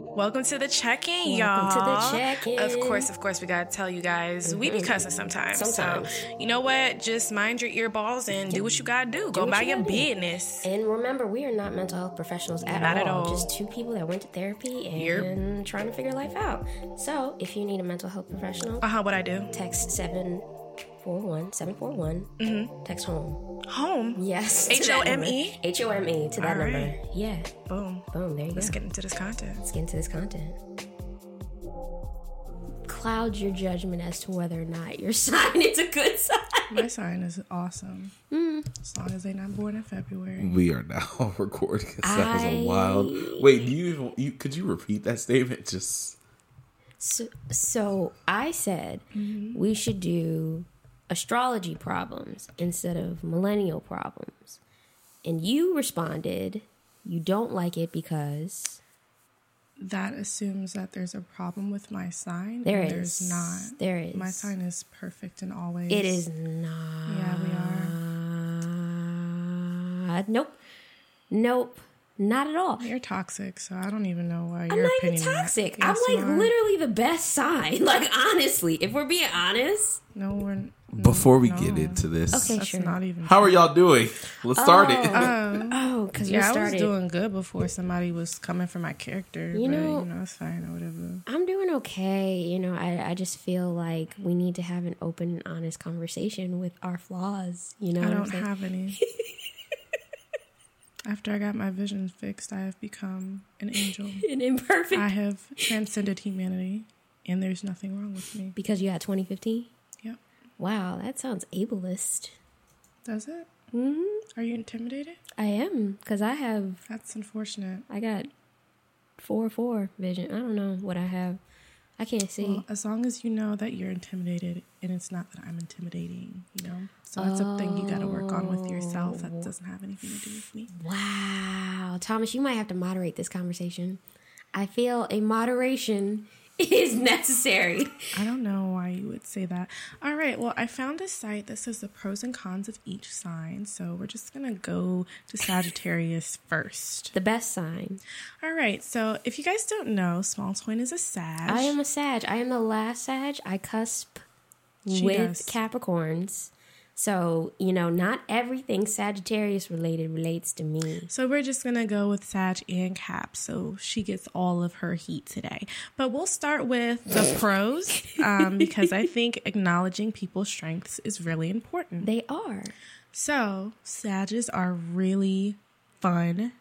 Welcome to the check-in, y'all. Welcome to the check-in. Of course, of course, we gotta tell you guys, we Mm-hmm. be cussing sometimes. Sometimes. So you know what? Just mind your ear balls and do what you gotta do. Go what about you your gotta do. business. And remember, we are not mental health professionals at, Not all. at all. Just two people that went to therapy Yep. and trying to figure life out. So, if you need a mental health professional, Uh huh. What I do? text 741 741. Mm-hmm. Text home. Home. Yes. to that number. H-O-M-E? H-O-M-E E to that E? All number. right. Yeah. Boom. Boom. There you Let's go. get into this content. Let's get into this content. Cloud your judgment as to whether or not your sign is a good sign. My sign is awesome. Mm. As long as they not born in February. We are now recording. That was I- a wild. Wait, do you even? You, could you repeat that statement? Just So, so I said Mm-hmm. we should do astrology problems instead of millennial problems. And you responded, you don't like it because that assumes that there's a problem with my sign. there and is. There's not. There is. My sign is perfect and always. It is not. Yeah, we are. Nope. Nope. Not at all. You're toxic, so I don't even know why I'm you're not even opinion. toxic. Yes, I'm you like are. literally the best sign. Like honestly, if we're being honest. No, we're. n- before we no. get into this, Okay. That's Sure. not even. how are y'all doing? Let's start it. Um, Oh, because we yeah, I was started. doing good before somebody was coming for my character. but, know- you know, it's fine or whatever. I'm doing okay. You know, I, I just feel like we need to have an open and honest conversation with our flaws. You know, I what I'm don't saying? have any. After I got my vision fixed, I have become an angel. an imperfect I have transcended humanity, and there's nothing wrong with me. because you had 2015. Yep. Wow, that sounds ableist. Does it? Mm-hmm. Are you intimidated? I am because I have That's unfortunate. I got four four vision. I don't know what I have. I can't see. Well, as long as you know that you're intimidated, and it's not that I'm intimidating, you know. So that's a thing you got to work on with yourself. That doesn't have anything to do with me. Wow, Thomas, you might have to moderate this conversation. I feel a moderation is necessary. I don't know why you would say that. All right. Well, I found a site that says the pros and cons of each sign. So we're just gonna go to Sagittarius first. The best sign. All right. So if you guys don't know, Small Twin is a Sag. I am a Sag. I am the last Sag. I cusp She with does. Capricorns. So, you know, not everything Sagittarius related relates to me. So we're just gonna go with Sag and Cap, so she gets all of her heat today. But we'll start with the pros um, because I think acknowledging people's strengths is really important. They are. So Sages are really fun,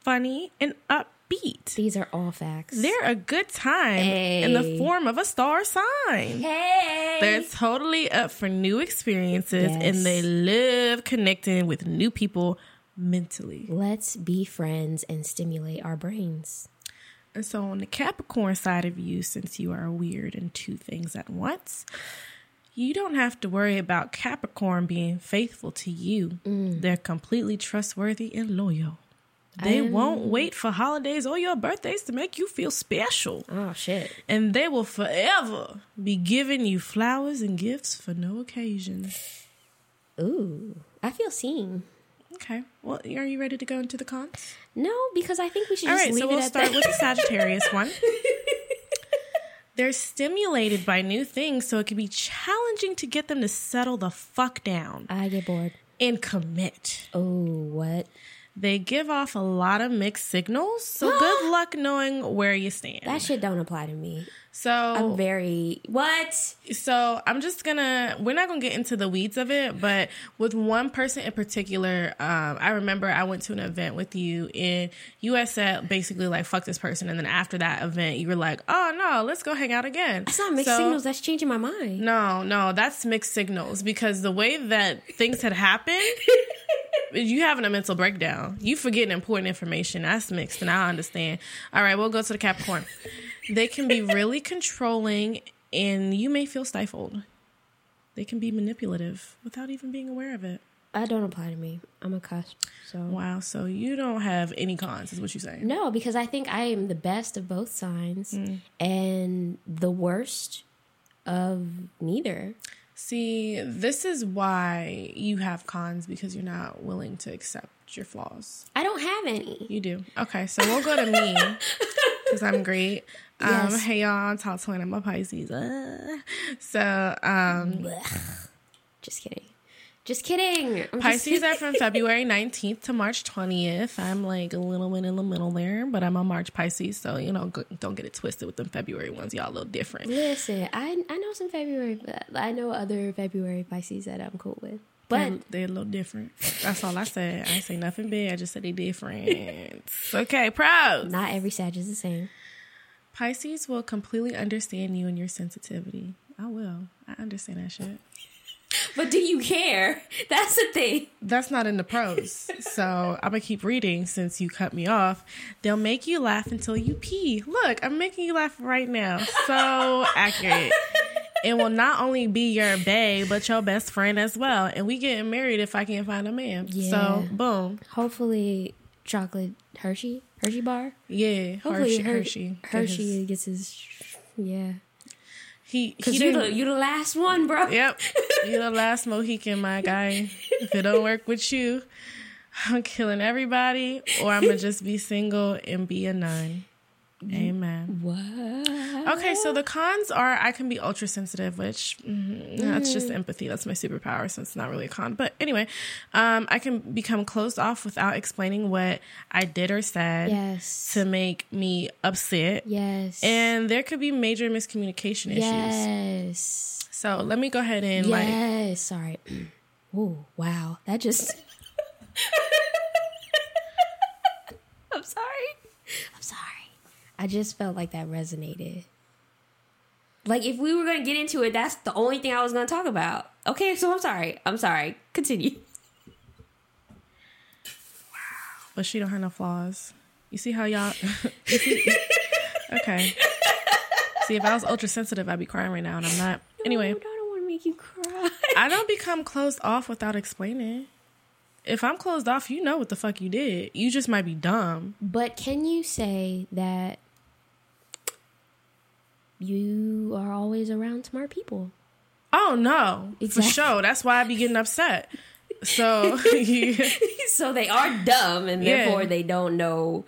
funny, and upbeat. These are all facts. They're a good time in Hey. the form of a star sign. hey! They're totally up for new experiences Yes. and they love connecting with new people mentally. Let's be friends and stimulate our brains. And so, on the Capricorn side of you, since you are weird and two things at once, you don't have to worry about Capricorn being faithful to you. Mm. They're completely trustworthy and loyal. They won't wait for holidays or your birthdays to make you feel special. Oh, shit. And they will forever be giving you flowers and gifts for no occasion. Ooh, I feel seen. Okay. Well, are you ready to go into the cons? No, because I think we should All just right, leave so it we'll at start that. with the Sagittarius one. They're stimulated by new things, so it can be challenging to get them to settle the fuck down I get bored. and commit. Oh, what? They give off a lot of mixed signals, so good luck knowing where you stand. That shit don't apply to me. so I'm very what? so I'm just gonna we're not gonna get into the weeds of it, but with one person in particular, um, I remember I went to an event with you and you had said basically like fuck this person, and then after that event you were like, oh no, let's go hang out again. That's not mixed So- signals. That's changing my mind. No, no, that's mixed signals because the way that things had happened. You having a mental breakdown. You forgetting important information. That's mixed, and I understand. All right, we'll go to the Capricorn. They can be really controlling, and you may feel stifled. They can be manipulative without even being aware of it. That don't apply to me. I'm a cusp. So Wow, so you don't have any cons, is what you're saying. no, because I think I am the best of both signs and the worst of neither. See, this is why you have cons because you're not willing to accept your flaws. I don't have any. You do. Okay, so we'll go to me. because I'm great. Um, Yes. Hey y'all, I'm Tal Twin. I'm a Pisces. Uh, so um, Blech. Just kidding. Just kidding. I'm just Pisces are from February 19th to March 20th. I'm like a little bit in the middle there, but I'm a March Pisces, so you know, go- don't get it twisted with them February ones. Y'all a little different. Listen, I I know some February. I know other February Pisces that I'm cool with, but They're- they're Um, a little different. That's all I said. I ain't say nothing big. I just said they different. okay, proud. not every Sag is the same. Pisces will completely understand you and your sensitivity. I will. I understand that shit. But do you care? That's the thing. That's not in the prose. So I'm going to keep reading since you cut me off. They'll make you laugh until you pee. Look, I'm making you laugh right now. So accurate. It will not only be your bae, but your best friend as well. And we getting married if I can't find a man. Yeah. So boom. Hopefully, chocolate Hershey Hershey bar. Yeah. Hopefully, Hershey. Her- Hershey. Hershey gets his. Yeah, He, he because you didn't- the you the last one, bro. Yep. You're the last Mohican, my guy. If it don't work with you, I'm killing everybody, or I'm going to just be single and be a nun. Amen. What? Okay, so the cons are I can be ultra sensitive, which mm, that's just empathy. That's my superpower, so it's not really a con. But anyway, um, I can become closed off without explaining what I did or said Yes. to make me upset. yes. And there could be major miscommunication issues. yes. So let me go ahead and like Yes. Sorry. Ooh, wow. That just. I'm sorry. I'm sorry. I just felt like that resonated. Like if we were gonna get into it, that's the only thing I was gonna talk about. Okay, so I'm sorry. I'm sorry. Continue. but she don't have no flaws. You see how y'all? you see- okay. See, if I was ultra sensitive, I'd be crying right now, and I'm not. Anyway, Ooh, Oh, I don't want to make you cry. I don't become closed off without explaining. If I'm closed off, you know what the fuck you did. You just might be dumb. But can you say that you are always around smart people? Oh no, for Exactly. sure. That's why I be getting upset. So yeah. so they are dumb and Yeah. therefore they don't know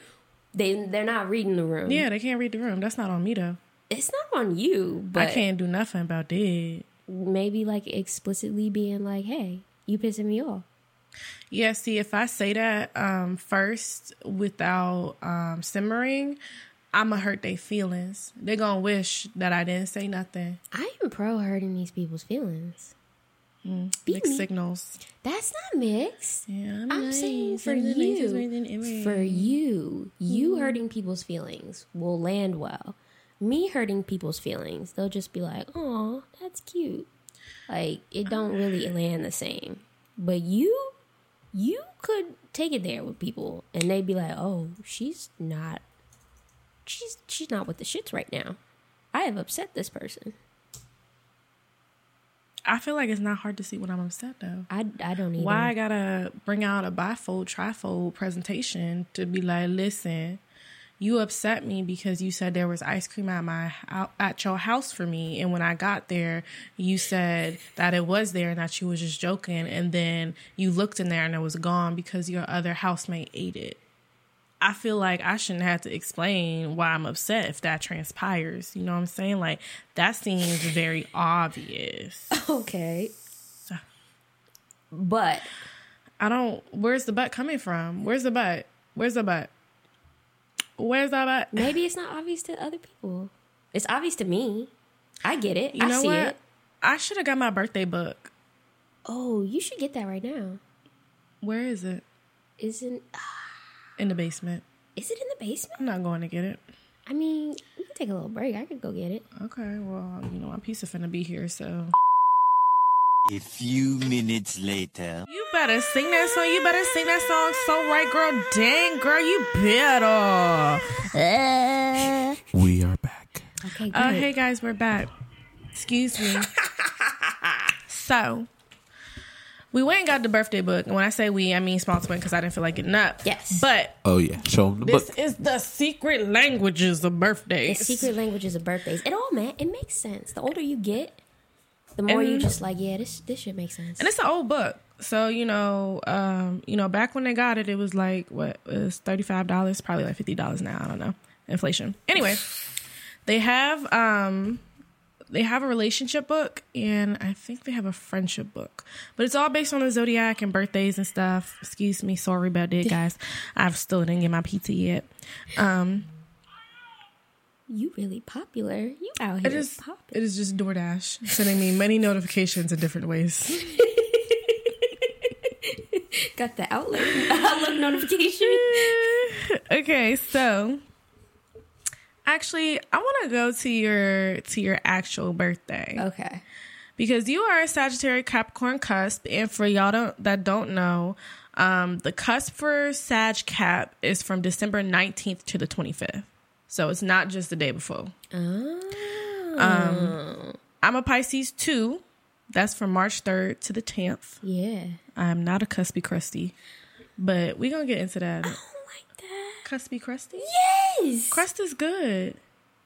they they're not reading the room. yeah, they can't read the room. That's not on me though. It's not on you, but I can't do nothing about that. maybe like explicitly being like, "Hey, you pissing me off." Yeah, see, if I say that um, first without um, simmering, I'ma hurt their feelings. They gonna wish that I didn't say nothing. I am pro hurting these people's feelings. Be Mixed me. signals. That's not mixed. Yeah, I'm saying for you, for you, you hurting people's feelings will land well. Me hurting people's feelings, they'll just be like, "Oh, that's cute." Like it don't really land the same. But you, you could take it there with people, and they'd be like, "Oh, she's not, she's she's not with the shits right now. I have upset this person. I feel like it's not hard to see when I'm upset though. I I don't even Why I gotta bring out a bifold, trifold presentation to be like, listen, you upset me because you said there was ice cream at my out- at your house for me, and when I got there, you said that it was there and that you was just joking, and then you looked in there and it was gone because your other housemate ate it. I feel like I shouldn't have to explain why I'm upset if that transpires. You know what I'm saying? Like that seems very obvious. okay, but I don't. Where's the butt coming from? Where's the butt? Where's the butt? Where's the butt? maybe it's not obvious to other people. It's obvious to me. I get it. You I know see what? it. I should have got my birthday book. Oh, you should get that right now. Where is it? Isn't In the basement. is it in the basement? I'm not going to get it. I mean, we can take a little break. I could go get it. Okay. Well, you know, my pizza finna be here, so A few minutes later. you better sing that song. You better sing that song. So right, girl. Dang, girl, you better. We are back. Okay, Oh, great. hey guys, we're back. Excuse me. so, we went and got the birthday book. And when I say we, I mean small twin because I didn't feel like getting up. Yes. But Oh yeah, show them the This book. is the secret languages of It's birthdays. secret languages of birthdays. It all man, it makes sense. The older you get, the more you And- just like, yeah, this this shit makes sense. And it's an old book. So, you know, um, you know, back when they got it, it was like what it was thirty five dollars, probably like fifty dollars now, I don't know. inflation. Anyway, they have um they have a relationship book and I think they have a friendship book. But it's all based on the zodiac and birthdays and stuff. Excuse me, sorry about that, guys. I've still didn't get my PT yet. Um, You really popular. You out It here is popular. it is just DoorDash sending me many notifications in different ways. Got the outlook outlook notification. okay, so actually I want to go to your to your actual birthday. Okay. because you are a Sagittarius Capricorn cusp, and for y'all don't, that don't know, um, the cusp for Sag Cap is from December nineteenth to the twenty fifth. So it's not just the day before. Um, Oh. I'm a Pisces too. That's from March third to the tenth. yeah. I'm not a cuspy crusty, but we're gonna get into that. I don't like that. Cuspy crusty? Yes. Crust is good,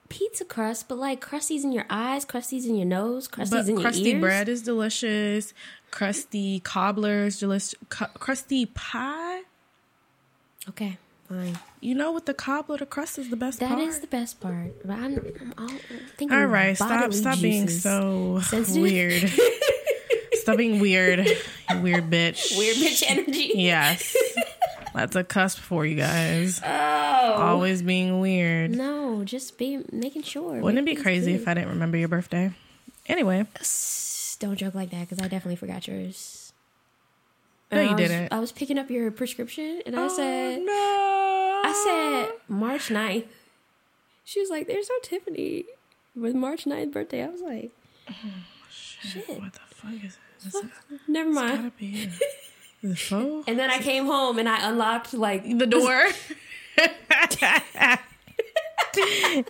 Pizza crust, but like crusties in your eyes, crusties in your nose, crusties but in your crusty ears. bread is delicious. Crusty cobblers, delicious. Cu- crusty pie. Okay. Fine. You know, with the cobbler, the crust is the best That is part. the best part. But I'm, I'm all thinking. All right, stop, bodily stop being juices. so Sensitive? weird. stop being weird, you weird bitch. weird bitch energy. Yes, that's a cusp for you guys. Oh. Always being weird. No, just be making sure. Wouldn't it be Make things crazy good. if I didn't remember your birthday? Anyway, Shh, Don't joke like that because I definitely forgot yours. no, And you I was- didn't. Oh, I was picking up your prescription and Oh, I said, no. I said March 9th. She was like, there's no Tiffany with March 9th birthday. I was like, shit. What the fuck is this? It's never mind. gotta be the phone. And then I came home and I unlocked, like, The door.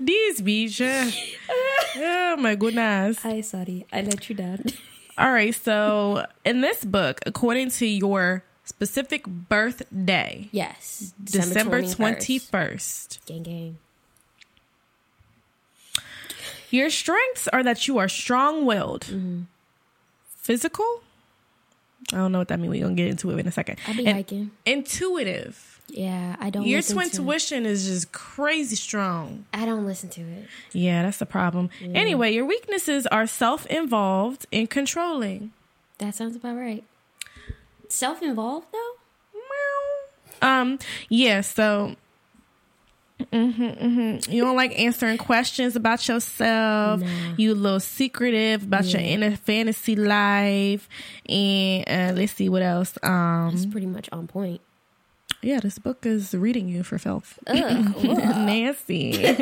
This bitch. Oh my goodness. hi, sorry, I let you down. All right, so in this book, according to your specific birthday, yes. December 21st. 21st, Gang, gang. your strengths are that you are strong willed, physical. I don't know what that means. We're going to get into it in a second. I be And hiking. intuitive. Yeah, I don't your listen twin to tuition is just crazy strong. I don't listen to it. Yeah, that's the problem. Anyway, your weaknesses are self involved and controlling. That sounds about right. Self involved, though? Um, yeah, so hmm you don't like answering questions about yourself. You a little secretive about your inner fantasy life. And uh, let's see what else. Um, It's pretty much on point. yeah, this book is reading you for filth. Ugh. Nasty.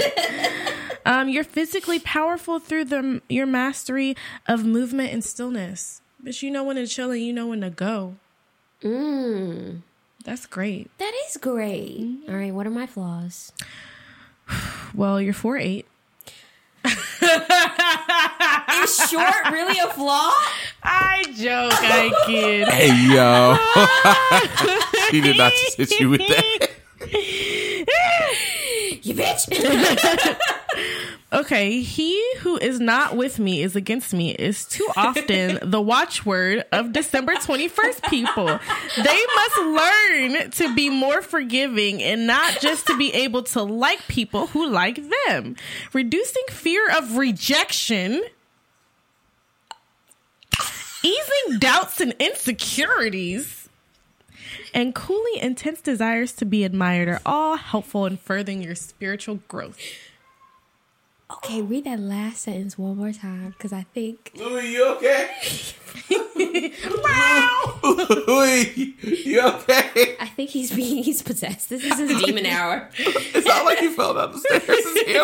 um, you're physically powerful through the your mastery of movement and stillness. But you know when to chill and you know when to go. Mm, That's great. that is great. All right, what are my flaws? Well, you're four eight. Is short really a flaw? I joke, I kid. Hey yo, she did not just hit you with that. You bitch. Okay, he who is not with me is against me is too often the watchword of December 21st people. They must learn to be more forgiving and not just to be able to like people who like them. Reducing fear of rejection, easing doubts and insecurities, and cooling intense desires to be admired are all helpful in furthering your spiritual growth. okay, read that last sentence one more time because I think Louis, you okay? Louis, you okay? I think he's being he's possessed. This is his demon hour. It's not like you fell down the stairs. It's him.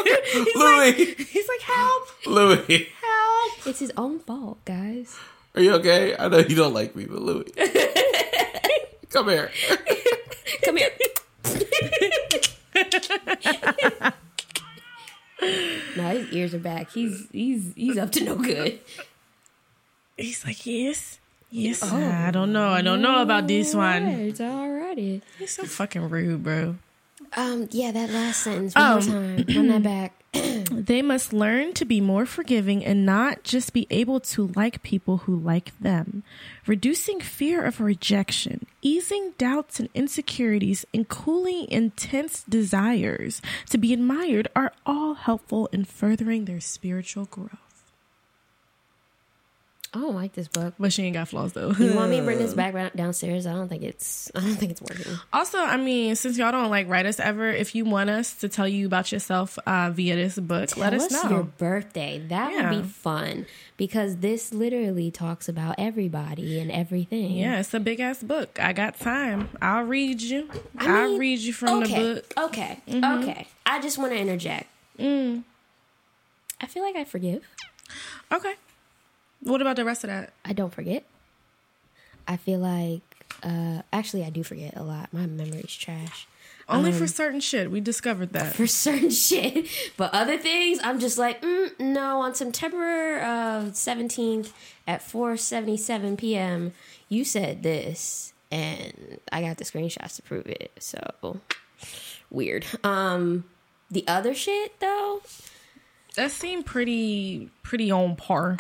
Louis, He's like, help, Louis, help. It's his own fault, guys. are you okay? I know you don't like me, but Louis, come here. Come here. no, his ears are back. He's he's he's up to no good. He's like, yes, yes. I don't know. I don't know about this one. It's alrighty. He's so fucking rude, bro. Um, yeah, that last sentence one more Um. time. Run that back. They must learn to be more forgiving and not just be able to like people who like them. Reducing fear of rejection, easing doubts and insecurities, and cooling intense desires to be admired are all helpful in furthering their spiritual growth. I don't like this book. But she ain't got flaws though. You want me to bring this back ra- downstairs? I don't think it's. I don't think it's working. Also, I mean, since y'all don't like write us ever, if you want us to tell you about yourself uh, via this book, let Tell us know. your birthday. That Yeah. would be fun because this literally talks about everybody and everything. Yeah, it's a big ass book. I got time. I'll read you. I I will mean, read you from okay, the book. Mm-hmm. Okay. Okay. I just want to interject. Mm. I feel like I forgive. Okay. What about the rest of that? I don't forget. I feel like uh actually I do forget a lot. My memory's trash. Only Um, for certain shit. We discovered that. For certain shit, but other things, I'm just like, mm, no. On September uh, 17th at 4:77 p.m., you said this, and I got the screenshots to prove it. So weird. Um, the other shit though, That seemed pretty pretty on par.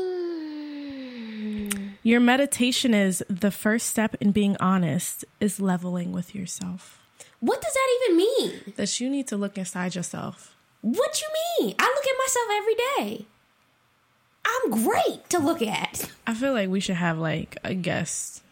I mean, Your meditation is the first step in being honest is leveling with yourself. what does that even mean? That you need to look inside yourself. What you mean? I look at myself every day. I'm great to look at. I feel like we should have like a guest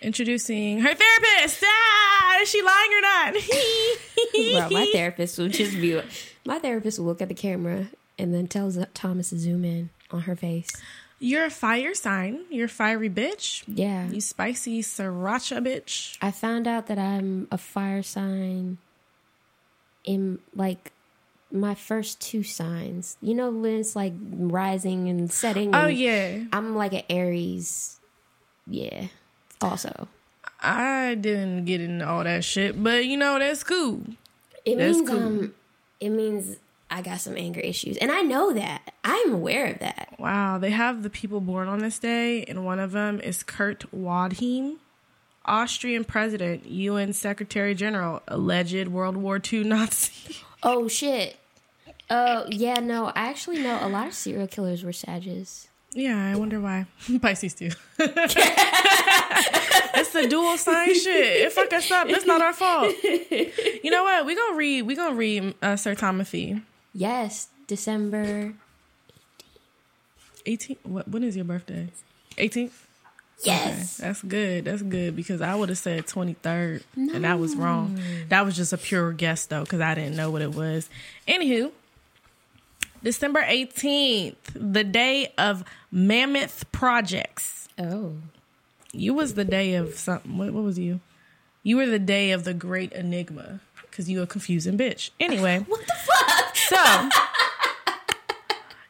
introducing her therapist. Ah, is she lying or Bro, not? my therapist will just be my therapist will look at the camera and then tells Thomas to zoom in on her face. You're a fire sign. You're a fiery bitch. Yeah. You spicy sriracha bitch. I found out that I'm a fire sign in like my first two signs. You know when it's like rising and setting. Oh and yeah. I'm like an Aries. Yeah. Also. I didn't get into all that shit, but you know that's cool. It That's means cool. um, it means I got some anger issues, and I know that. I'm aware of that. Wow, they have the people born on this day, and one of them is Kurt Waldheim, Austrian president, UN secretary general, alleged World War II Nazi. Oh shit. Oh yeah, no. I actually know a lot of serial killers were Sages. yeah, I wonder why. Pisces too. it's the dual sign shit. It fuck us up. That's not our fault. You know what? We gonna read. We gonna read uh, Sir Timothy. Yes, December. 18 what when is your birthday 18th Yes. that's good that's good because i would have said 23rd and i was wrong that was just a pure guess though because i didn't know what it was anywho december 18th the day of mammoth projects Oh. you was the day of something what, what was you you were the day of the great enigma because you a confusing bitch anyway What the fuck? so,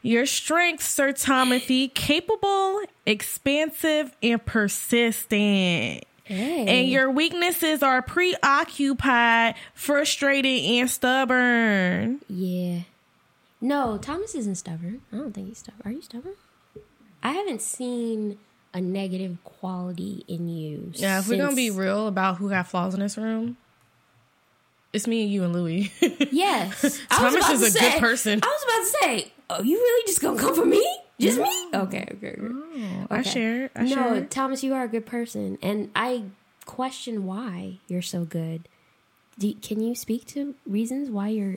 your strength, Sir Timothy, capable, expansive, and persistent. Hey. And your weaknesses are preoccupied, frustrated, and stubborn. Yeah. No, Thomas isn't stubborn. I don't think he's stubborn. Are you stubborn? I haven't seen a negative quality in you. Yeah, if we're gonna be since- real about who got flaws in this room, it's me, you, and Louie. Yes. Thomas about is to a good say- person. I was about to say, oh, you really just gonna come for me? Just me? Okay, okay, okay. Oh, I Okay. share. I no, share. Thomas, you are a good person, and I question why you're so good. Do, can you speak to reasons why you're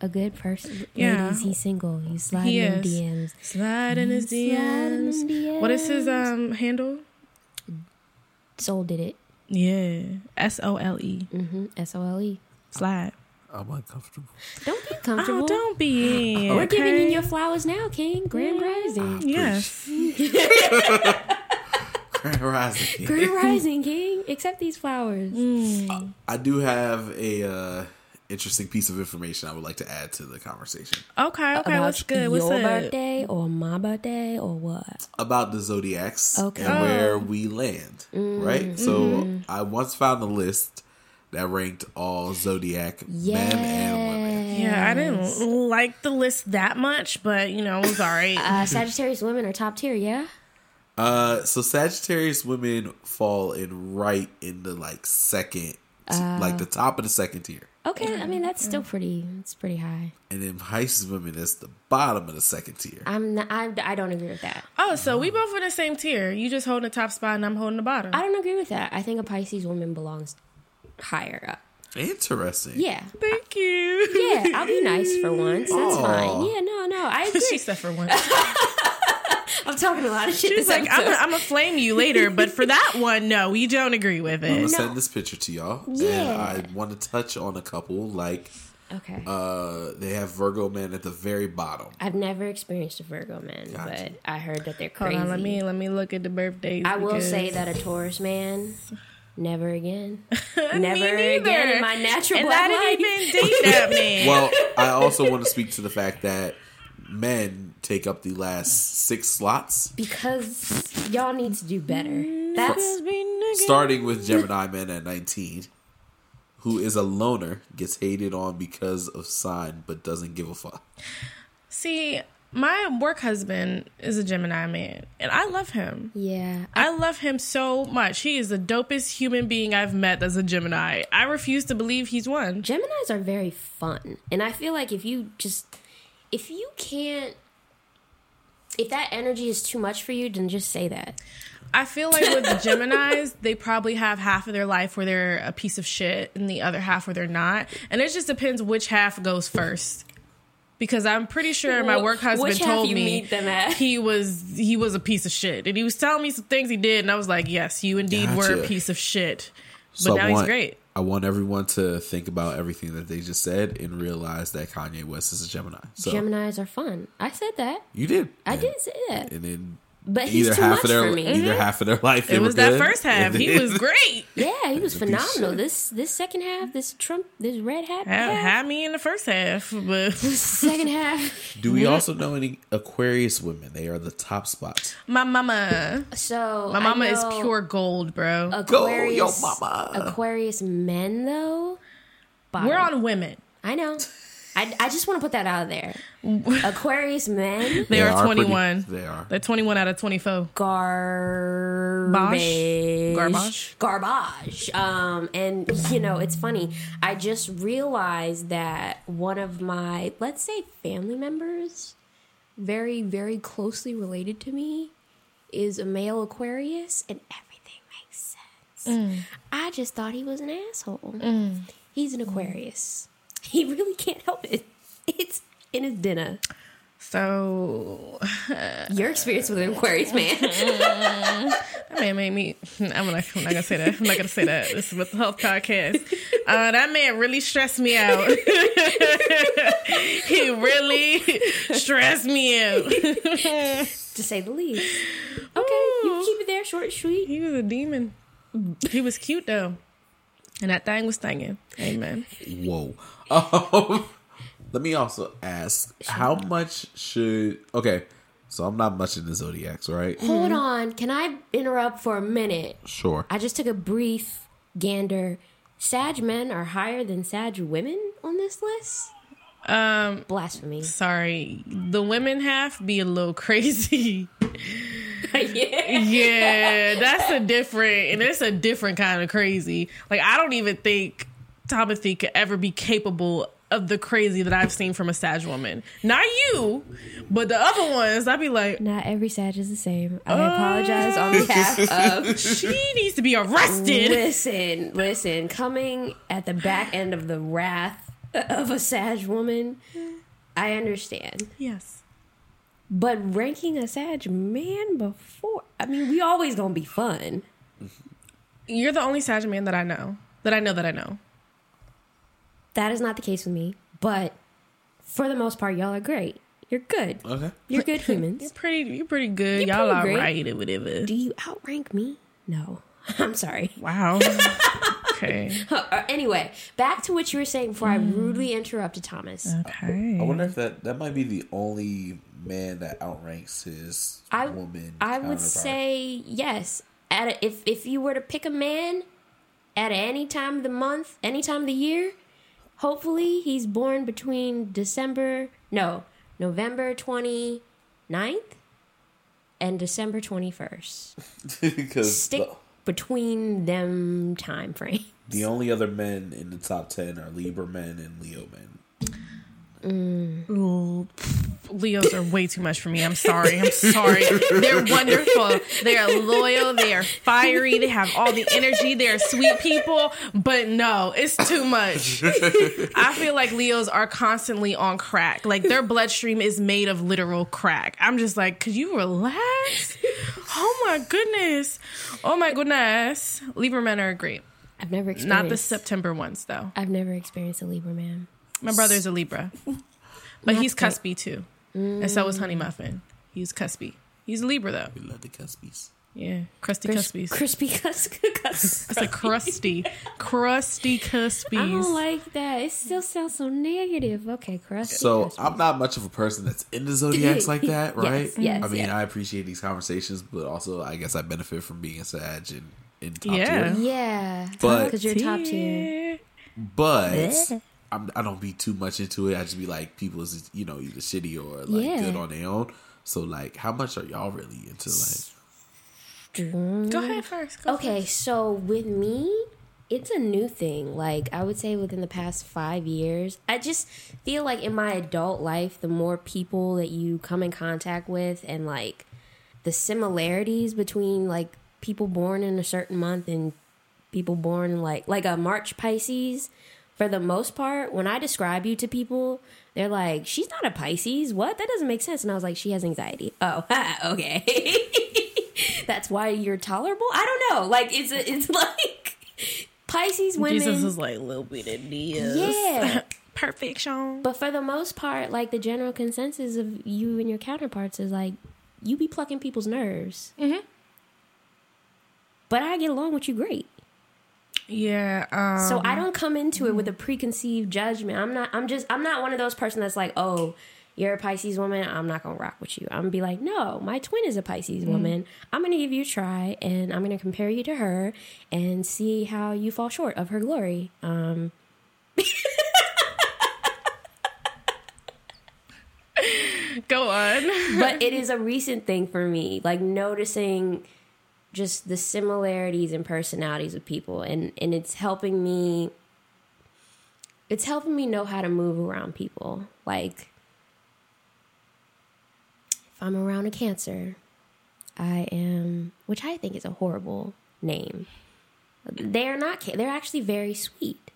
a good person? Yeah. Ladies, he's single. He's sliding He in is. DMs. Slide in his Slide in DMs. DMs. What is his um handle? Soul did it. Yeah, S O L E. Mm-hmm. S O L E. Slide. I'm uncomfortable. Don't be Oh, comfortable. don't be. Oh, We're giving you okay? your flowers now, King. Grand rising. Yes. Grand Rising. Grand rising, King. Accept these flowers. I do have a uh, interesting piece of information I would like to add to the conversation Okay, okay, About what's good? What's your up? birthday or my birthday or what? about the zodiacs Okay. and where we land. Right. So I once found a list that ranked all zodiac men and women. Yeah, I didn't like the list that much, but you know, it was all right. Uh, Sagittarius women are top tier, yeah? Uh, so Sagittarius women fall in right in the like second t- like the top of the second tier. Okay, I mean that's still pretty. It's pretty high. And then Pisces women is the bottom of the second tier. I'm not, I, I don't agree with that. Oh, so we both in the same tier. You just holding the top spot and I'm holding the bottom. I don't agree with that. I think a Pisces woman belongs higher up. Interesting. Yeah. Thank you. Yeah, I'll be nice for once. That's Aw. fine. Yeah, no, no, I she agree. said for one. I'm talking a lot of shit. She's This like, I'm episode. gonna I'm flame you later, but for that one, no, we don't agree with I'm it. gonna No. send this picture to y'all. Yeah. And I want to touch on a couple. Like, okay. uh, they have Virgo men at the very bottom. I've never experienced a Virgo man, Gotcha. but I heard that they're Hold crazy. on, let me let me look at the birthdays. I will because- say that a Taurus man, never again, never neither. again in my natural and I black life. didn't even date that man. Well, I also want to speak to the fact that men take up the last six slots, because y'all need to do Mm. better. That's starting with Gemini men at 19, who is a loner, gets hated on because of sign, but doesn't give a fuck. See, my work husband is a Gemini man, and I love him. yeah. I love him so much. He is the dopest human being I've met as a Gemini. I refuse to believe he's one. Geminis are very fun, and I feel like if you just if you can't if that energy is too much for you, then just say that. I feel like with the Geminis, they probably have half of their life where they're a piece of shit and the other half where they're not. And it just depends which half goes first. Because I'm pretty sure my Wh- work husband which half told you me meet them at? he was he was a piece of shit. And he was telling me some things he did and I was like, Yes, you indeed were Gotcha. a piece of shit. But So I now he's want- great. I want everyone to think about everything that they just said and realize that Kanye West is a Gemini. So Geminis are fun. I said that. you did. I And- did say that. And then But he's either too half much of their for me. Mm-hmm. either Mm-hmm. half of their life they It were was that good, first half. and He then- was great. Yeah, he was a piece of phenomenal. shit. This this second half, this Trump, this red hat, Had, half, had me in the first half, but second half. Do we also know any Aquarius women? They are the top spots. my mama, So my I mama is know pure gold, bro. Go, Aquarius, yo, mama. Aquarius men though. bottom. We're on women. I know. I, I just want to put that out there. Aquarius men They, are, pretty- 21. they are. They're 21 out of 24. garbage, Garbage? garbage. Um, and you know, it's funny. I just realized that one of my, let's say, family members, very, very closely related to me, is a male Aquarius, and everything makes sense. I just thought he was an asshole. He's an Aquarius. He really can't help it. It's in his dinner. So Your experience with an Aquarius man. that man made me. I'm not, I'm not gonna say that. I'm not gonna say that. This is with the health podcast. Uh, that man really stressed me out. he really stressed me out. to say the least. Okay, you keep it there, short and sweet. He was a demon. He was cute though, and that thing was stinging. Amen. Whoa. Um, let me also ask, how much should okay? So I'm not much into zodiacs, right? Hold on, can I interrupt for a minute? Sure. I just took a brief gander. Sag men are higher than Sag women on this list? Um, Blasphemy. Sorry, the women half be a little crazy. yeah. Yeah, that's a different, and it's a different kind of crazy. Like I don't even think Timothy could ever be capable of the crazy that I've seen from a Sag woman. Not you, but the other ones. I'd be like, Not every Sag is the same. I apologize on behalf of. she needs to be arrested. Listen, listen. Coming at the back end of the wrath of a Sag woman, I understand. Yes. But ranking a Sag man before, I mean, we always gonna be fun. You're the only Sag man that I know. That I know that I know. That is not the case with me. But for the most part, y'all are great. You're good. Okay. You're good humans. Pretty, you're pretty good. You're Y'all pretty are great. right or whatever. Do you outrank me? No. I'm sorry. Wow. okay. Uh, anyway, back to what you were saying before I rudely interrupted Thomas. I Okay. wonder if that that might be the only man that outranks his I woman. I would counterpart. say yes. At a, if if you were to pick a man at any time of the month, any time of the year, hopefully he's born between December no November 29th and December twenty first. because Stick between them time frame. The only other men in the top ten are Libra men and Leo men. Ooh, pff, Leos are way too much for me. I'm sorry. I'm sorry. They're wonderful. They are loyal. They are fiery. They have all the energy. They are sweet people. But no, it's too much. I feel like Leos are constantly on crack. Like their bloodstream is made of literal crack. I'm just like, could you relax? Oh my goodness. Oh my goodness. Libra men are great. I've never experienced. Not the September ones though. I've never experienced a Libra man. My brother's a Libra, but he's cuspy too, and so is Honey Muffin. He's cuspy. He's a Libra though. We love the Cuspies. Yeah, crusty Cris- cuspies. Crispy cus- cus- it's a crusty, crusty I cuspies. don't like that. It still sounds so negative. Okay, crusty. So cuspy. I'm not much of a person that's into zodiacs like that, right? Yes, yes, I mean, yes. I appreciate these conversations, but also I guess I benefit from being a Sag and in top Yeah. tier. yeah, But- because you're top tier. But I'm, I don't be too much into it. I just be like, people is you know either shitty or like Yeah. good on their own. So like, how much are y'all really into like? Go ahead first. Go Okay, so with me, it's a new thing. Like I would say within the past five years, I just feel like in my adult life, the more people that you come in contact with, and like the similarities between like people born in a certain month and people born like like a March Pisces. For the most part, when I describe you to people, they're like, "She's not a Pisces. What? That doesn't make sense." And I was like, "She has anxiety." Oh, okay. That's why you're tolerable. I don't know. Like it's a, it's like Pisces women. Jesus is like little bit of Leos. Yeah. Perfection. But for the most part, like the general consensus of you and your counterparts is like you be plucking people's nerves. Mm-hmm. But I get along with you great. Yeah. Um, So I don't come into it with a preconceived judgment. I'm not. I'm just. I'm not one of those person that's like, oh, you're a Pisces woman. I'm not gonna rock with you. I'm gonna be like, no, my twin is a Pisces woman. I'm gonna give you a try, and I'm gonna compare you to her and see how you fall short of her glory. Um, go on. but it is a recent thing for me, like noticing just the similarities and personalities of people, and and it's helping me. It's helping me know how to move around people. Like, if I'm around a Cancer, I am, which I think is a horrible name. They are not. ca- They're actually very sweet.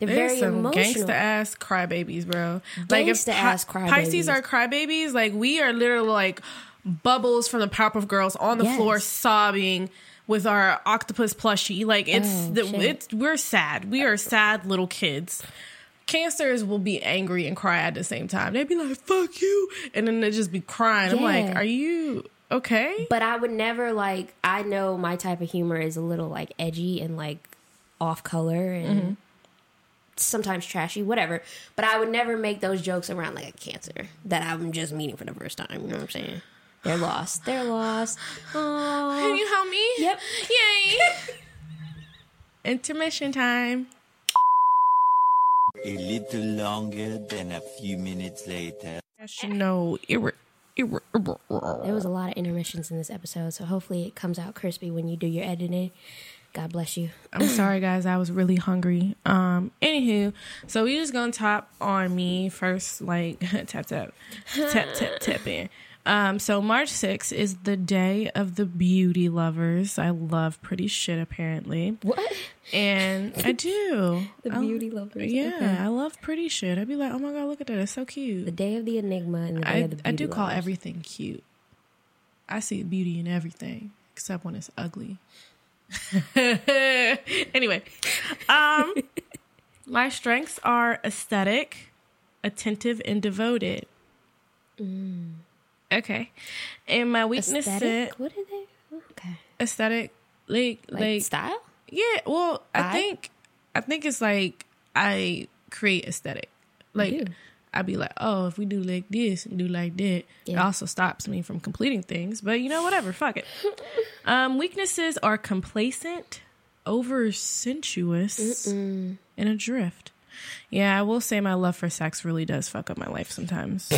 They're There's very some emotional. gangsta ass crybabies, bro. Like if Gangsta Pi- ass Pisces crybabies. are crybabies, like we are literally like bubbles from the Powerpuff Girls on the Yes. floor sobbing with our octopus plushie. Like it's Oh, the, shit. it's we're sad. We are sad little kids. Cancers will be angry and cry at the same time. They'd be like, "Fuck you," and then they just be crying. I'm like, Yeah. "Are you okay?" But I would never like. I know my type of humor is a little like edgy and like off color and Mm-hmm. sometimes trashy, whatever. But I would never make those jokes around like a cancer that I'm just meeting for the first time. You know what I'm saying? They're lost. They're lost. Can Aww. you help me? Yep. Yay! Intermission time. A little longer than a few minutes later. National ir- ir- There was a lot of intermissions in this episode, so hopefully it comes out crispy when you do your editing. God bless you. I'm sorry, guys. I was really hungry. Um, anywho, so we just gonna top on me first, like tap tap, tap tap tap in. Um, so March 6th is the day of the beauty lovers. I love pretty shit apparently, What? and I do. The I- beauty lovers. Yeah, Okay. I love pretty shit. I'd be like, oh my god, look at that. It's so The cute. day of the enigma and the day I of the beauty I do call lovers. everything cute. I see beauty in everything except when it's ugly. anyway, um, my strengths are aesthetic, attentive, and devoted. Okay, and my weaknesses Mm. aesthetic. What are they? Okay. aesthetic, like Like, like style? yeah. Well, I I- think I think it's like I create aesthetic. do. Like I'd be like, oh, if we do like this and do like that, it Yeah. also stops me from completing things. But you know, whatever, fuck it. um, weaknesses are complacent, over sensuous, and adrift. Yeah, I will say my love for sex really does fuck up my life sometimes.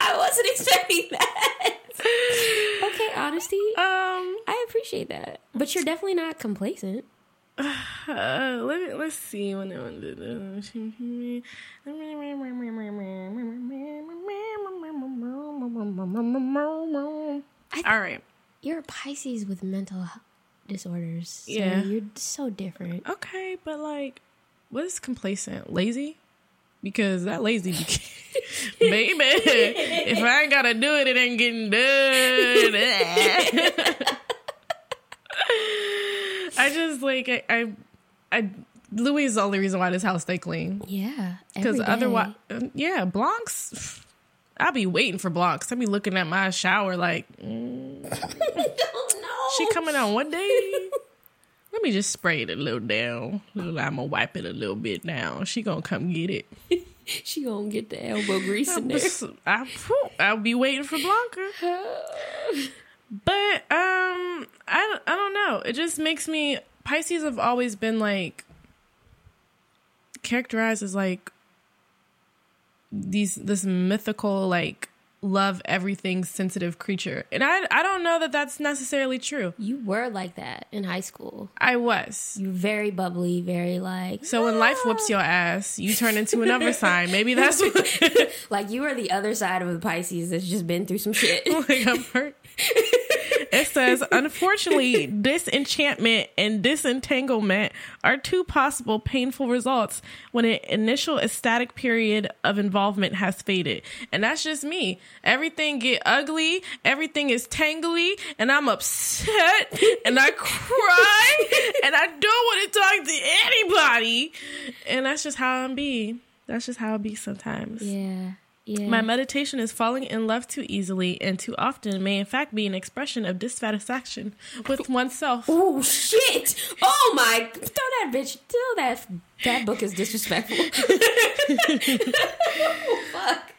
I wasn't expecting that. okay, honesty. um, I appreciate that. But you're definitely not complacent. Uh, let me let's see when I want to do. I- All right. You're a Pisces with mental h- disorders. So Yeah. You're so different. Okay, but like, what is complacent? Lazy? Because that lazy, be- baby. if I ain't gotta do it, it ain't getting done. I just like I, I, I Louis is the only reason why this house stay clean. Yeah. Because every day. otherwise, um, yeah, Blancs. I'll be waiting for Blancs. I'll be looking at my shower like mm, Oh, she coming on one day. Let me just spray it a little down. I'm gonna wipe it a little bit down. She gonna come get it. no. She gonna get the elbow grease in there. I, whew, I'll be waiting for Blanca. But um, I I don't know. It just makes me Pisces have always been like characterized as like these this mythical like love everything sensitive creature, and I I don't know that that's necessarily true. You were like that in high school. I was. You very bubbly, very like "Ah!" So when life whoops your ass, you turn into another sign. Maybe that's what like you are the other side of the Pisces that's just been through some shit. like I'm hurt. It says, unfortunately, disenchantment and disentanglement are two possible painful results when an initial ecstatic period of involvement has faded. And that's just me. Everything get ugly, everything is tangly, and I'm upset and I cry and I don't want to talk to anybody. And that's just how I'm be. That's just how I be sometimes. yeah. Yeah. My meditation is falling in love too easily and too often may in fact be an expression of dissatisfaction with oneself. Oh shit! Oh my! Throw that bitch! Throw that that book is disrespectful. oh, fuck!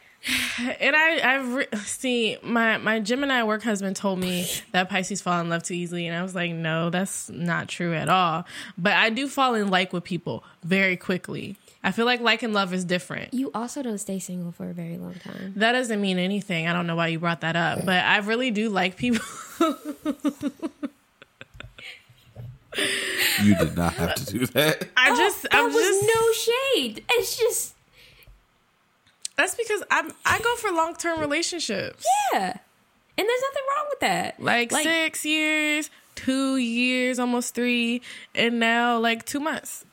And I, I've re- see my my Gemini work husband told me that Pisces fall in love too easily, and I was like, no, that's not true at all. But I do fall in like with people very quickly. I feel like like and love is different. You also don't stay single for a very long time. That doesn't mean anything. I don't know why you brought that up, but I really do like people. You did not have to do that. I just That I'm was just no shade. It's just that's because I'm I go for long term relationships. yeah, and there's nothing wrong with that. like, six years, two years, almost three, and now like two months.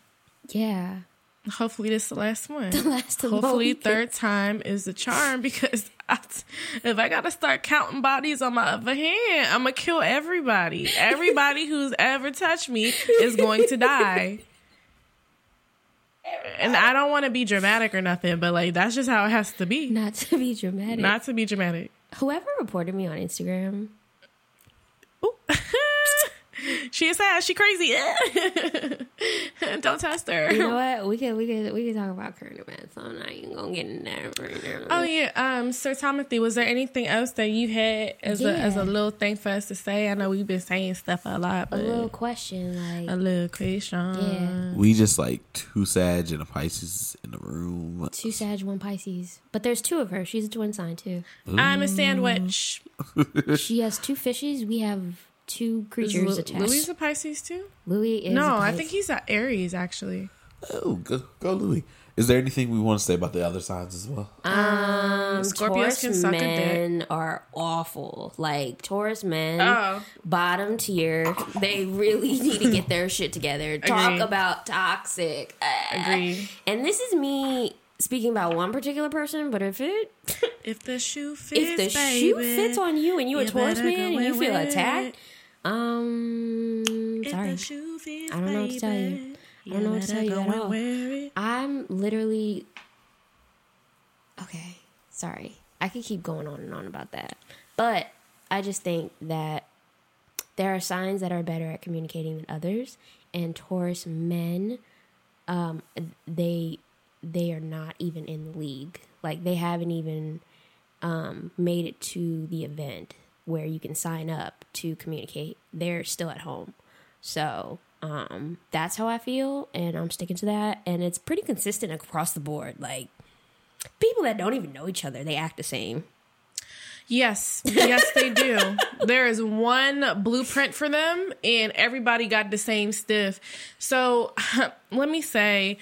yeah, Hopefully, this is the last one. last of Hopefully, both. third time is the charm because I, if I gotta start counting bodies on my other hand, I'm gonna kill everybody. Everybody who's ever touched me is going to die. And I don't want to be dramatic or nothing, but like that's just how it has to be. Not to be dramatic. Not to be dramatic. Whoever reported me on Instagram, Ooh. she is sad. She crazy. Don't test her. you know what? We could we could we could talk about current events. I'm not even gonna get in that right now. Oh yeah, um, Sir Timothy, was there anything else that you had as a as a Yeah. little thing for us to say? I know we've been saying stuff a lot, a but little question, like a little question. yeah. We just like two Sag and a Pisces in the room. Two Sag, one Pisces. But there's two of her. She's a twin sign too. I'm a sandwich. She has two fishes. We have two Is creatures Lu- attached. Louis a Pisces too? Louis is no, a I Pis- think he's an Aries actually. Oh, go, go Louis. Is there anything we want to say about the other signs as well? um, Scorpios Taurus can suck a dick. men are awful. Like Taurus men, Oh. bottom tier. They really need to get their shit together. Talk Agreed. about toxic. Ah. Agreed. And this is me speaking about one particular person, but if it If the shoe fits, if the baby, shoe fits on you and you, a you Taurus better man go and you and feel wear it. attacked, um, if sorry. the shoe fits, I don't know what to tell you. baby, I don't know what to better tell you go at and all. wear it. I'm literally okay. Sorry, I could keep going on and on about that, but I just think that there are signs that are better at communicating than others, and Taurus men, um, they they are not even in the league. Like they haven't even um, made it to the event where you can sign up to communicate. They're still at home. So um, that's how I feel, and I'm sticking to that. And it's pretty consistent across the board. Like people that don't even know each other, they act the same. Yes, yes, they do. there is one blueprint for them, and everybody got the same stiff. So let me say,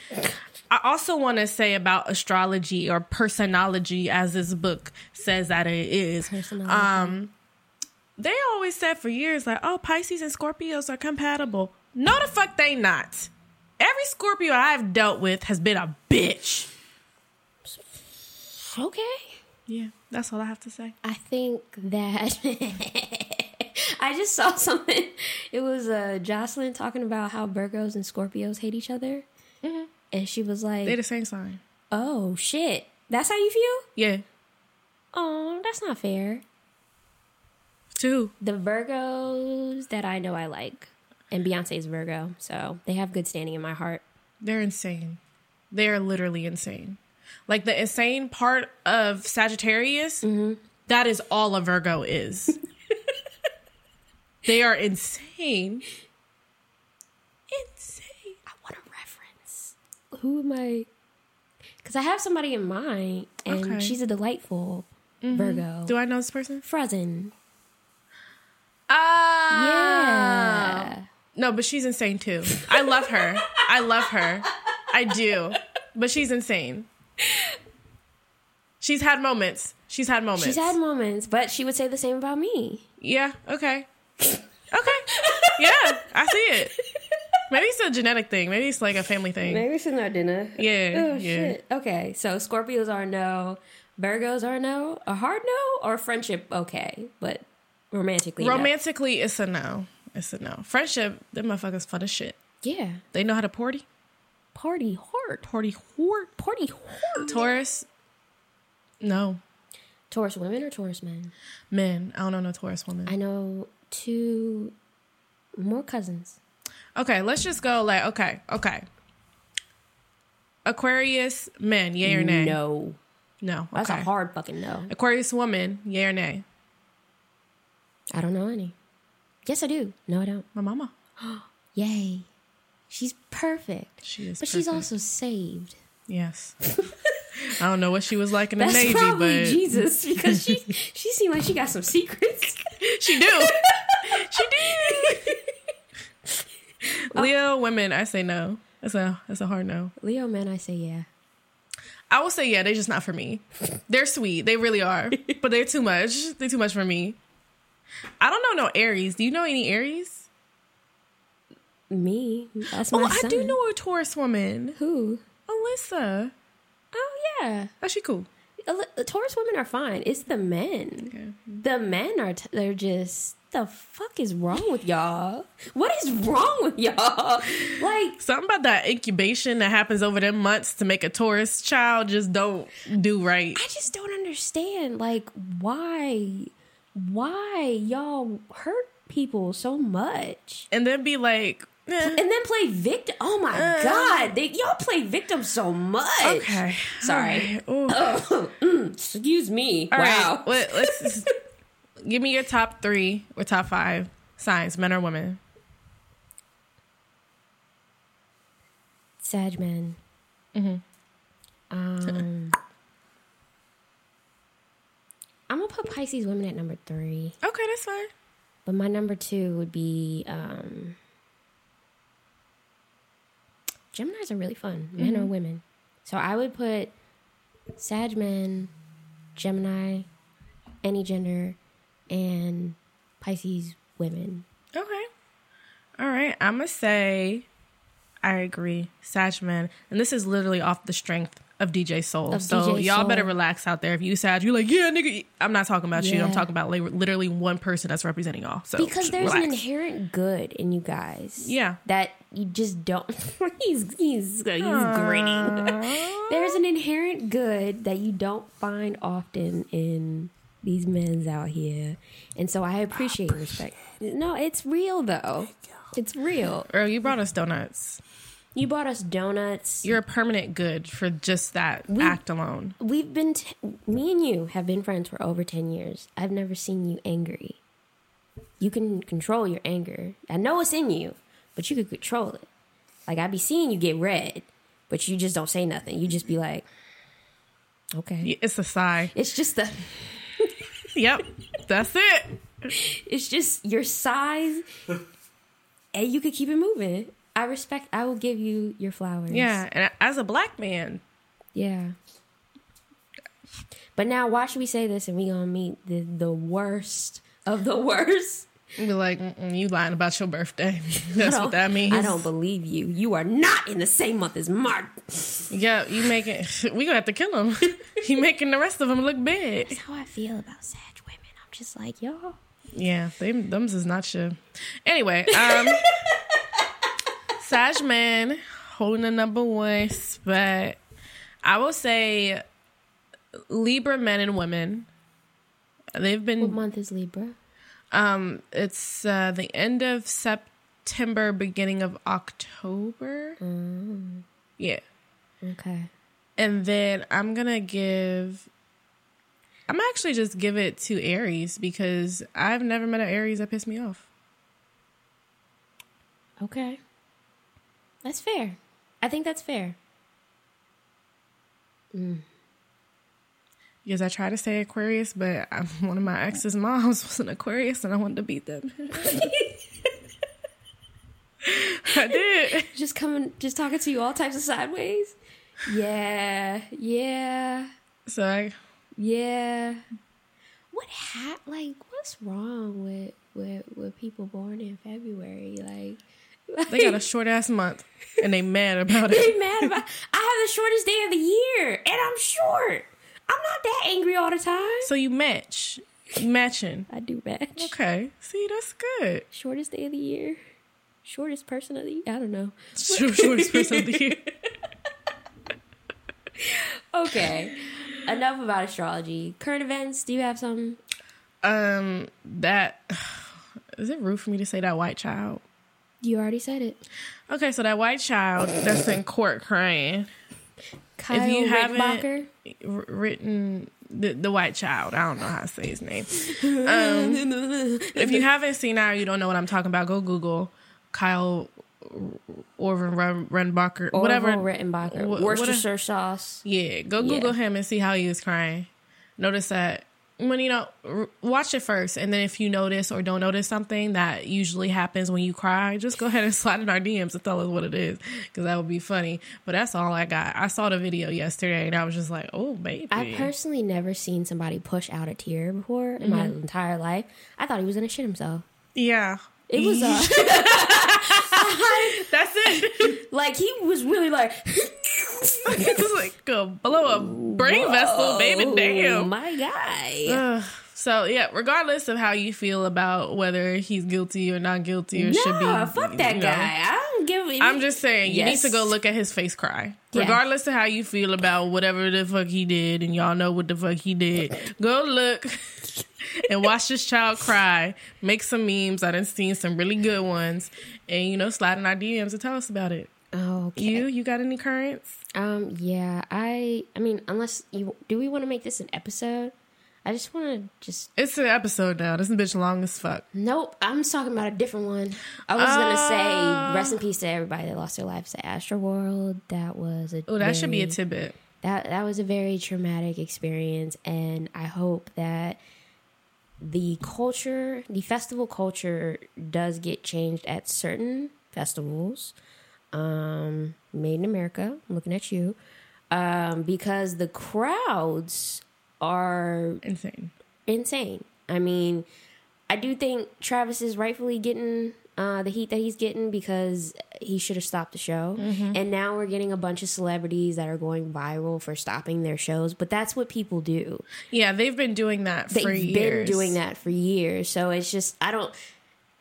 I also want to say about astrology or personology, as this book says that it is. Um, they always said for years, like, oh, Pisces and Scorpios are compatible. No, the fuck they not. Every Scorpio I've dealt with has been a bitch. Okay. Yeah, that's all I have to say. I think that I just saw something. It was uh, Jocelyn talking about how Virgos and Scorpios hate each other, and she was like, They the same sign. "Oh shit, that's how you feel? Yeah. Oh, that's not fair." Two. The Virgos that I know I like, and Beyonce is Virgo, so they have good standing in my heart. They're insane. They are literally insane. Like the insane part of Sagittarius, Mm-hmm. that is all a Virgo is. they are insane. Insane. I want a reference. Who am I? Because I have somebody in mind, and Okay. she's a delightful Virgo. Do I know this person? Frozen. Ah. Yeah. No, but she's insane too. I love her. I love her. I do. But she's insane. She's had moments. She's had moments. She's had moments, but she would say the same about me. Yeah. Okay. Okay. Yeah, I see it. Maybe it's a genetic thing. Maybe it's like a family thing. Maybe she's not dinner. Yeah. Oh yeah. shit. Okay, so Scorpios are no, Virgos are no, a hard no, or friendship okay, but romantically, no. Romantically, it's a no. It's a no. Friendship, them motherfuckers fun as shit. Yeah, They know how to party. party hard, Party whore. party hard. Taurus. No. Taurus women or Taurus men? Men. I don't know no Taurus woman. I know two more cousins. Okay, let's just go like okay, okay. Aquarius men, yay or nay? No, No. that's okay. a hard fucking no. Aquarius woman, yay or nay? I don't know any. Yes, I do. No, I don't. My mama. Yay, she's perfect, She is but she's perfect. also saved. Yes. I don't know what she was like in the That's Navy, probably but Jesus because she she seemed like she got some secrets. she do. she do. Leo women, I say no. That's a that's a hard no. Leo man, I say yeah. I will say yeah, they're just not for me. They're sweet, they really are, but they're too much. They're too much for me. I don't know no Aries. Do you know any Aries? Me, that's my Oh, I son. do know a Taurus woman, who. Alyssa. Oh yeah, Oh, she cool. Al- the Taurus women are fine. It's the men. The men are t- they're just the fuck is wrong with y'all? What is wrong with y'all? Like Something about that incubation that happens over them months to make a Taurus child just don't do right. I just don't understand. Like why, why y'all hurt people so much? And then be like, eh, and then play victim. Oh my god, they, y'all play victim so much. Uh. okay, sorry. Mm, all right, ooh, Excuse me. all right. Oh, wow. Let, us just, give me your top three or top five signs, men or women. Sag men. Um, I'm gonna put Pisces women at number three, Okay, that's fine. but my number two would be um, Gemini's are really fun, men or women. So I would put Sag men, Gemini, any gender, and Pisces women. Okay. All right. I'm going to say I agree. Sag men. And this is literally off the strength of DJ Soul. Of so DJ y'all Soul. better relax out there. If you Sag, you're like, yeah, nigga. I'm not talking about you. I'm Yeah. talking about like, literally one person that's representing y'all. So because there's relax. an inherent good in you guys. Yeah. That you just don't. he's he's he's grinning. there's an inherent good that you don't find often in these men's out here, and so I appreciate and respect. No, it's real though. It's real. Earl, you brought us donuts. You bought us donuts. You're a permanent good for just that act alone. We've been t- me and you have been friends for over ten years. I've never seen you angry. You can control your anger. I know it's in you, but you can control it. Like I'd be seeing you get red, but you just don't say nothing. You just be like, okay. It's a sigh. It's just the Yep, that's it. It's just your size, and you could keep it moving. I respect. I will give you your flowers. Yeah, and as a black man, yeah. But now, why should we say this and we gonna meet the the worst of the worst? be like, Mm-mm, you lying about your birthday. That's I what don't- that means. I don't believe you. You are not in the same month as Mark. Yeah, you making we gonna have to kill him. you making the rest of them look bad. How I feel about Sag women. I'm just like y'all. Yeah, they thumbs is not sure. Anyway, um, Saj Man holding the number one spot. I will say Libra men and women. They've What been month is Libra? um, it's uh, the end of September, beginning of October. Yeah. Okay. And then I'm gonna give. I'm actually just give it to Aries because I've never met an Aries that pissed me off. Okay. That's fair. I think that's fair. Because I try to say Aquarius, but i one of my ex's moms was an Aquarius, and I wanted to beat them. I did. Just coming, just talking to you all types of sideways. Yeah, yeah, So I, yeah. What ha- like what's wrong with with with people born in February? Like, they got a short ass month, and they mad about it. they mad about. I have the shortest day of the year, and I'm short. I'm not that angry all the time. So you match, you matching. I do match. Okay, see that's good. Shortest day of the year, shortest person of the year. I don't know. Short, shortest person of the year. Okay. Enough about astrology. Current events. Do you have some? Um, that is it rude for me to say that white child? You already said it. Okay, so that white child that's in court crying, Kyle you haven't- Rickenbacker. r- written the, the white child. I don't know how to say his name. Um, if you haven't seen that, or you don't know what I'm talking about. Go Google Kyle Orvin Ren- Renbacher, whatever. Orville Rittenbacher. wha- what- Worcestershire sauce. yeah, go Google him and see how he was crying. Notice that when you know, r- watch it first, and then if you notice or don't notice something that usually happens when you cry, just go ahead and slide in our DMs and tell us what it is because that would be funny. But that's all I got. I saw the video yesterday and I was just like, oh baby, I've personally never seen somebody push out a tear before in my Mm-hmm. entire life. I thought he was gonna shit himself. yeah. It was uh, That's it. like he was really like, it's like a blow a brain vessel, baby. Oh Damn. Uh, my guy. Ugh. so yeah, regardless of how you feel about whether he's guilty or not guilty or should be, Nah, fuck that you know, guy. I don't give. a- I'm just saying you Yes. need to go look at his face cry. Yeah. Regardless of how you feel about whatever the fuck he did, and y'all know what the fuck he did. Go look and watch this child cry. Make some memes. I done seen some really good ones, and you know, slide in our DMs and tell us about it. Oh, okay. You, you got any currents? Um, yeah, I I mean, unless you do we want to make this an episode? I just want to just It's an episode now. This bitch long as fuck. nope. I'm just talking about a different one. I was gonna say rest Uh. in peace to everybody that lost their lives to Astroworld. That was a Oh, that should be a very- tidbit. that that was a very traumatic experience, and I hope that the culture, the festival culture, does get changed at certain festivals. Um, Made in America, I'm looking at you, um, because the crowds are Insane. insane. I mean, I do think Travis is rightfully getting uh, the heat that he's getting because he should have stopped the show. Mm-hmm. And now we're getting a bunch of celebrities that are going viral for stopping their shows, but that's what people do. Yeah, they've been doing that They've for been years. doing that for years. So it's just, I don't.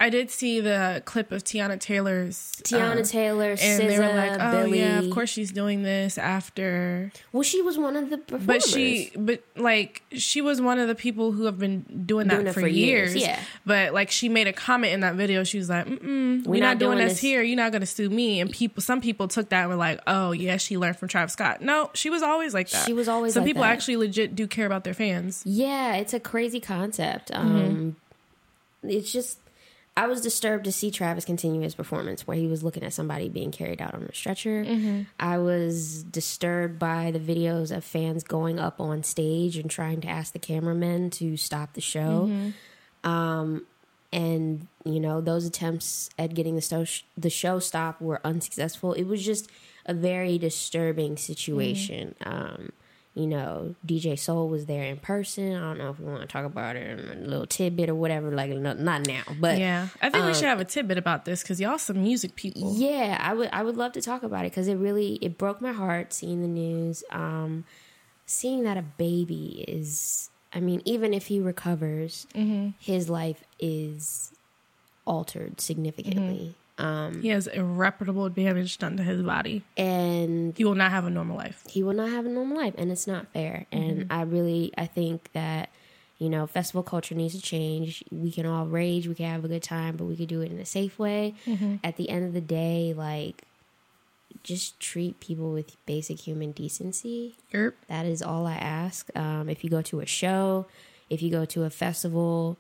I did see the clip of Tiana Taylor's Tiana uh, Taylor, and SZA, they were like, "Oh Billy. yeah, of course she's doing this after." Well, she was one of the performers. But she, but like she was one of the people who have been doing that, Doing it for, for years. years, yeah. But like she made a comment in that video. She was like, Mm-mm, "We're, We're not, not doing, doing this, this." here. You're not going to sue me." And people, some people took that and were like, "Oh yeah, she learned from Travis Scott." No, she was always like that. She was always Some like people that. actually legit do care about their fans. Yeah, it's a crazy concept. Um, It's just, I was disturbed to see Travis continue his performance where he was looking at somebody being carried out on a stretcher. I was disturbed by the videos of fans going up on stage and trying to ask the cameramen to stop the show. Um, and you know those attempts at getting the show the show stopped were unsuccessful. It was just a very disturbing situation. Um, you know, DJ Soul was there in person. I don't know if we want to talk about it in a little tidbit or whatever. Like, no, not now, but uh, Yeah, I think we should have a tidbit about this because y'all some music people. yeah, I would I would love to talk about it because it really it broke my heart seeing the news. Um, seeing that a baby is, I mean, even if he recovers, his life is altered significantly, He has irreparable damage done to his body. and He will not have a normal life. he will not have a normal life and it's not fair and i really i think that you know festival culture needs to change we can all rage we can have a good time but we can do it in a safe way at the end of the day like just treat people with basic human decency Erp. that is all I ask. Um, if you go to a show, if you go to a festival,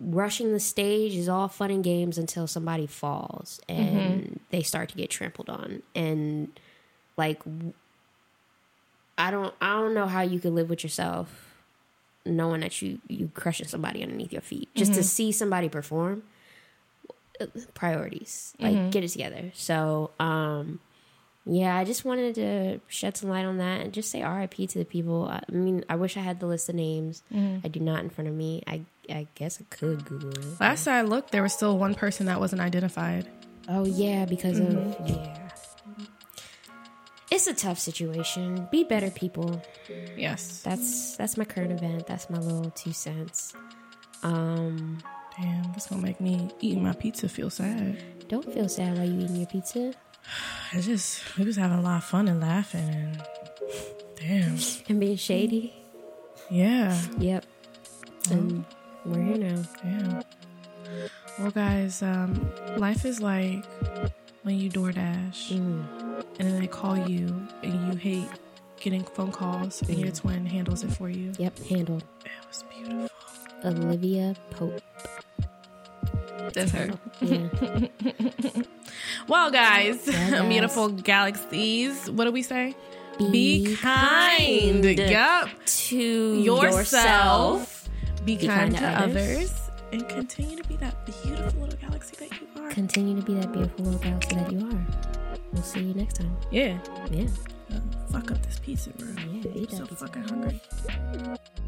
rushing the stage is all fun and games until somebody falls and they start to get trampled on. And like, w- I don't, I don't know how you could live with yourself knowing that you you crushing somebody underneath your feet just to see somebody perform. uh, Priorities, like get it together. So, um, yeah, I just wanted to shed some light on that and just say RIP to the people. I mean, I wish I had the list of names. I do not in front of me. I I guess I could Google it. Last I looked, there was still one person that wasn't identified. Oh yeah, because of Mm-hmm. yeah. It's a tough situation. Be better people. Yes. That's that's my current event. That's my little two cents. Um Damn, that's gonna make me eating my pizza feel sad. don't feel sad while you eating your pizza. I just we was having a lot of fun and laughing and damn. And being shady. Yeah. Yep. And we're here now. Yeah. Well, guys, um, life is like when you DoorDash and then they call you and you hate getting phone calls and your twin handles it for you. Yep, handled. It was beautiful. Olivia Pope. That's her. Yeah. Mm. Well, guys, guys. beautiful galaxies. What do we say? Be kind. kind. Yup. to Yourself. Be, kind, kind to to others. others. and continue to be that beautiful little galaxy that you are. Continue to be that beautiful little galaxy that you are. We'll see you next time. yeah. Yeah. Uh, fuck up this pizza, bro. Yeah, eat I'm so that pizza. fucking hungry.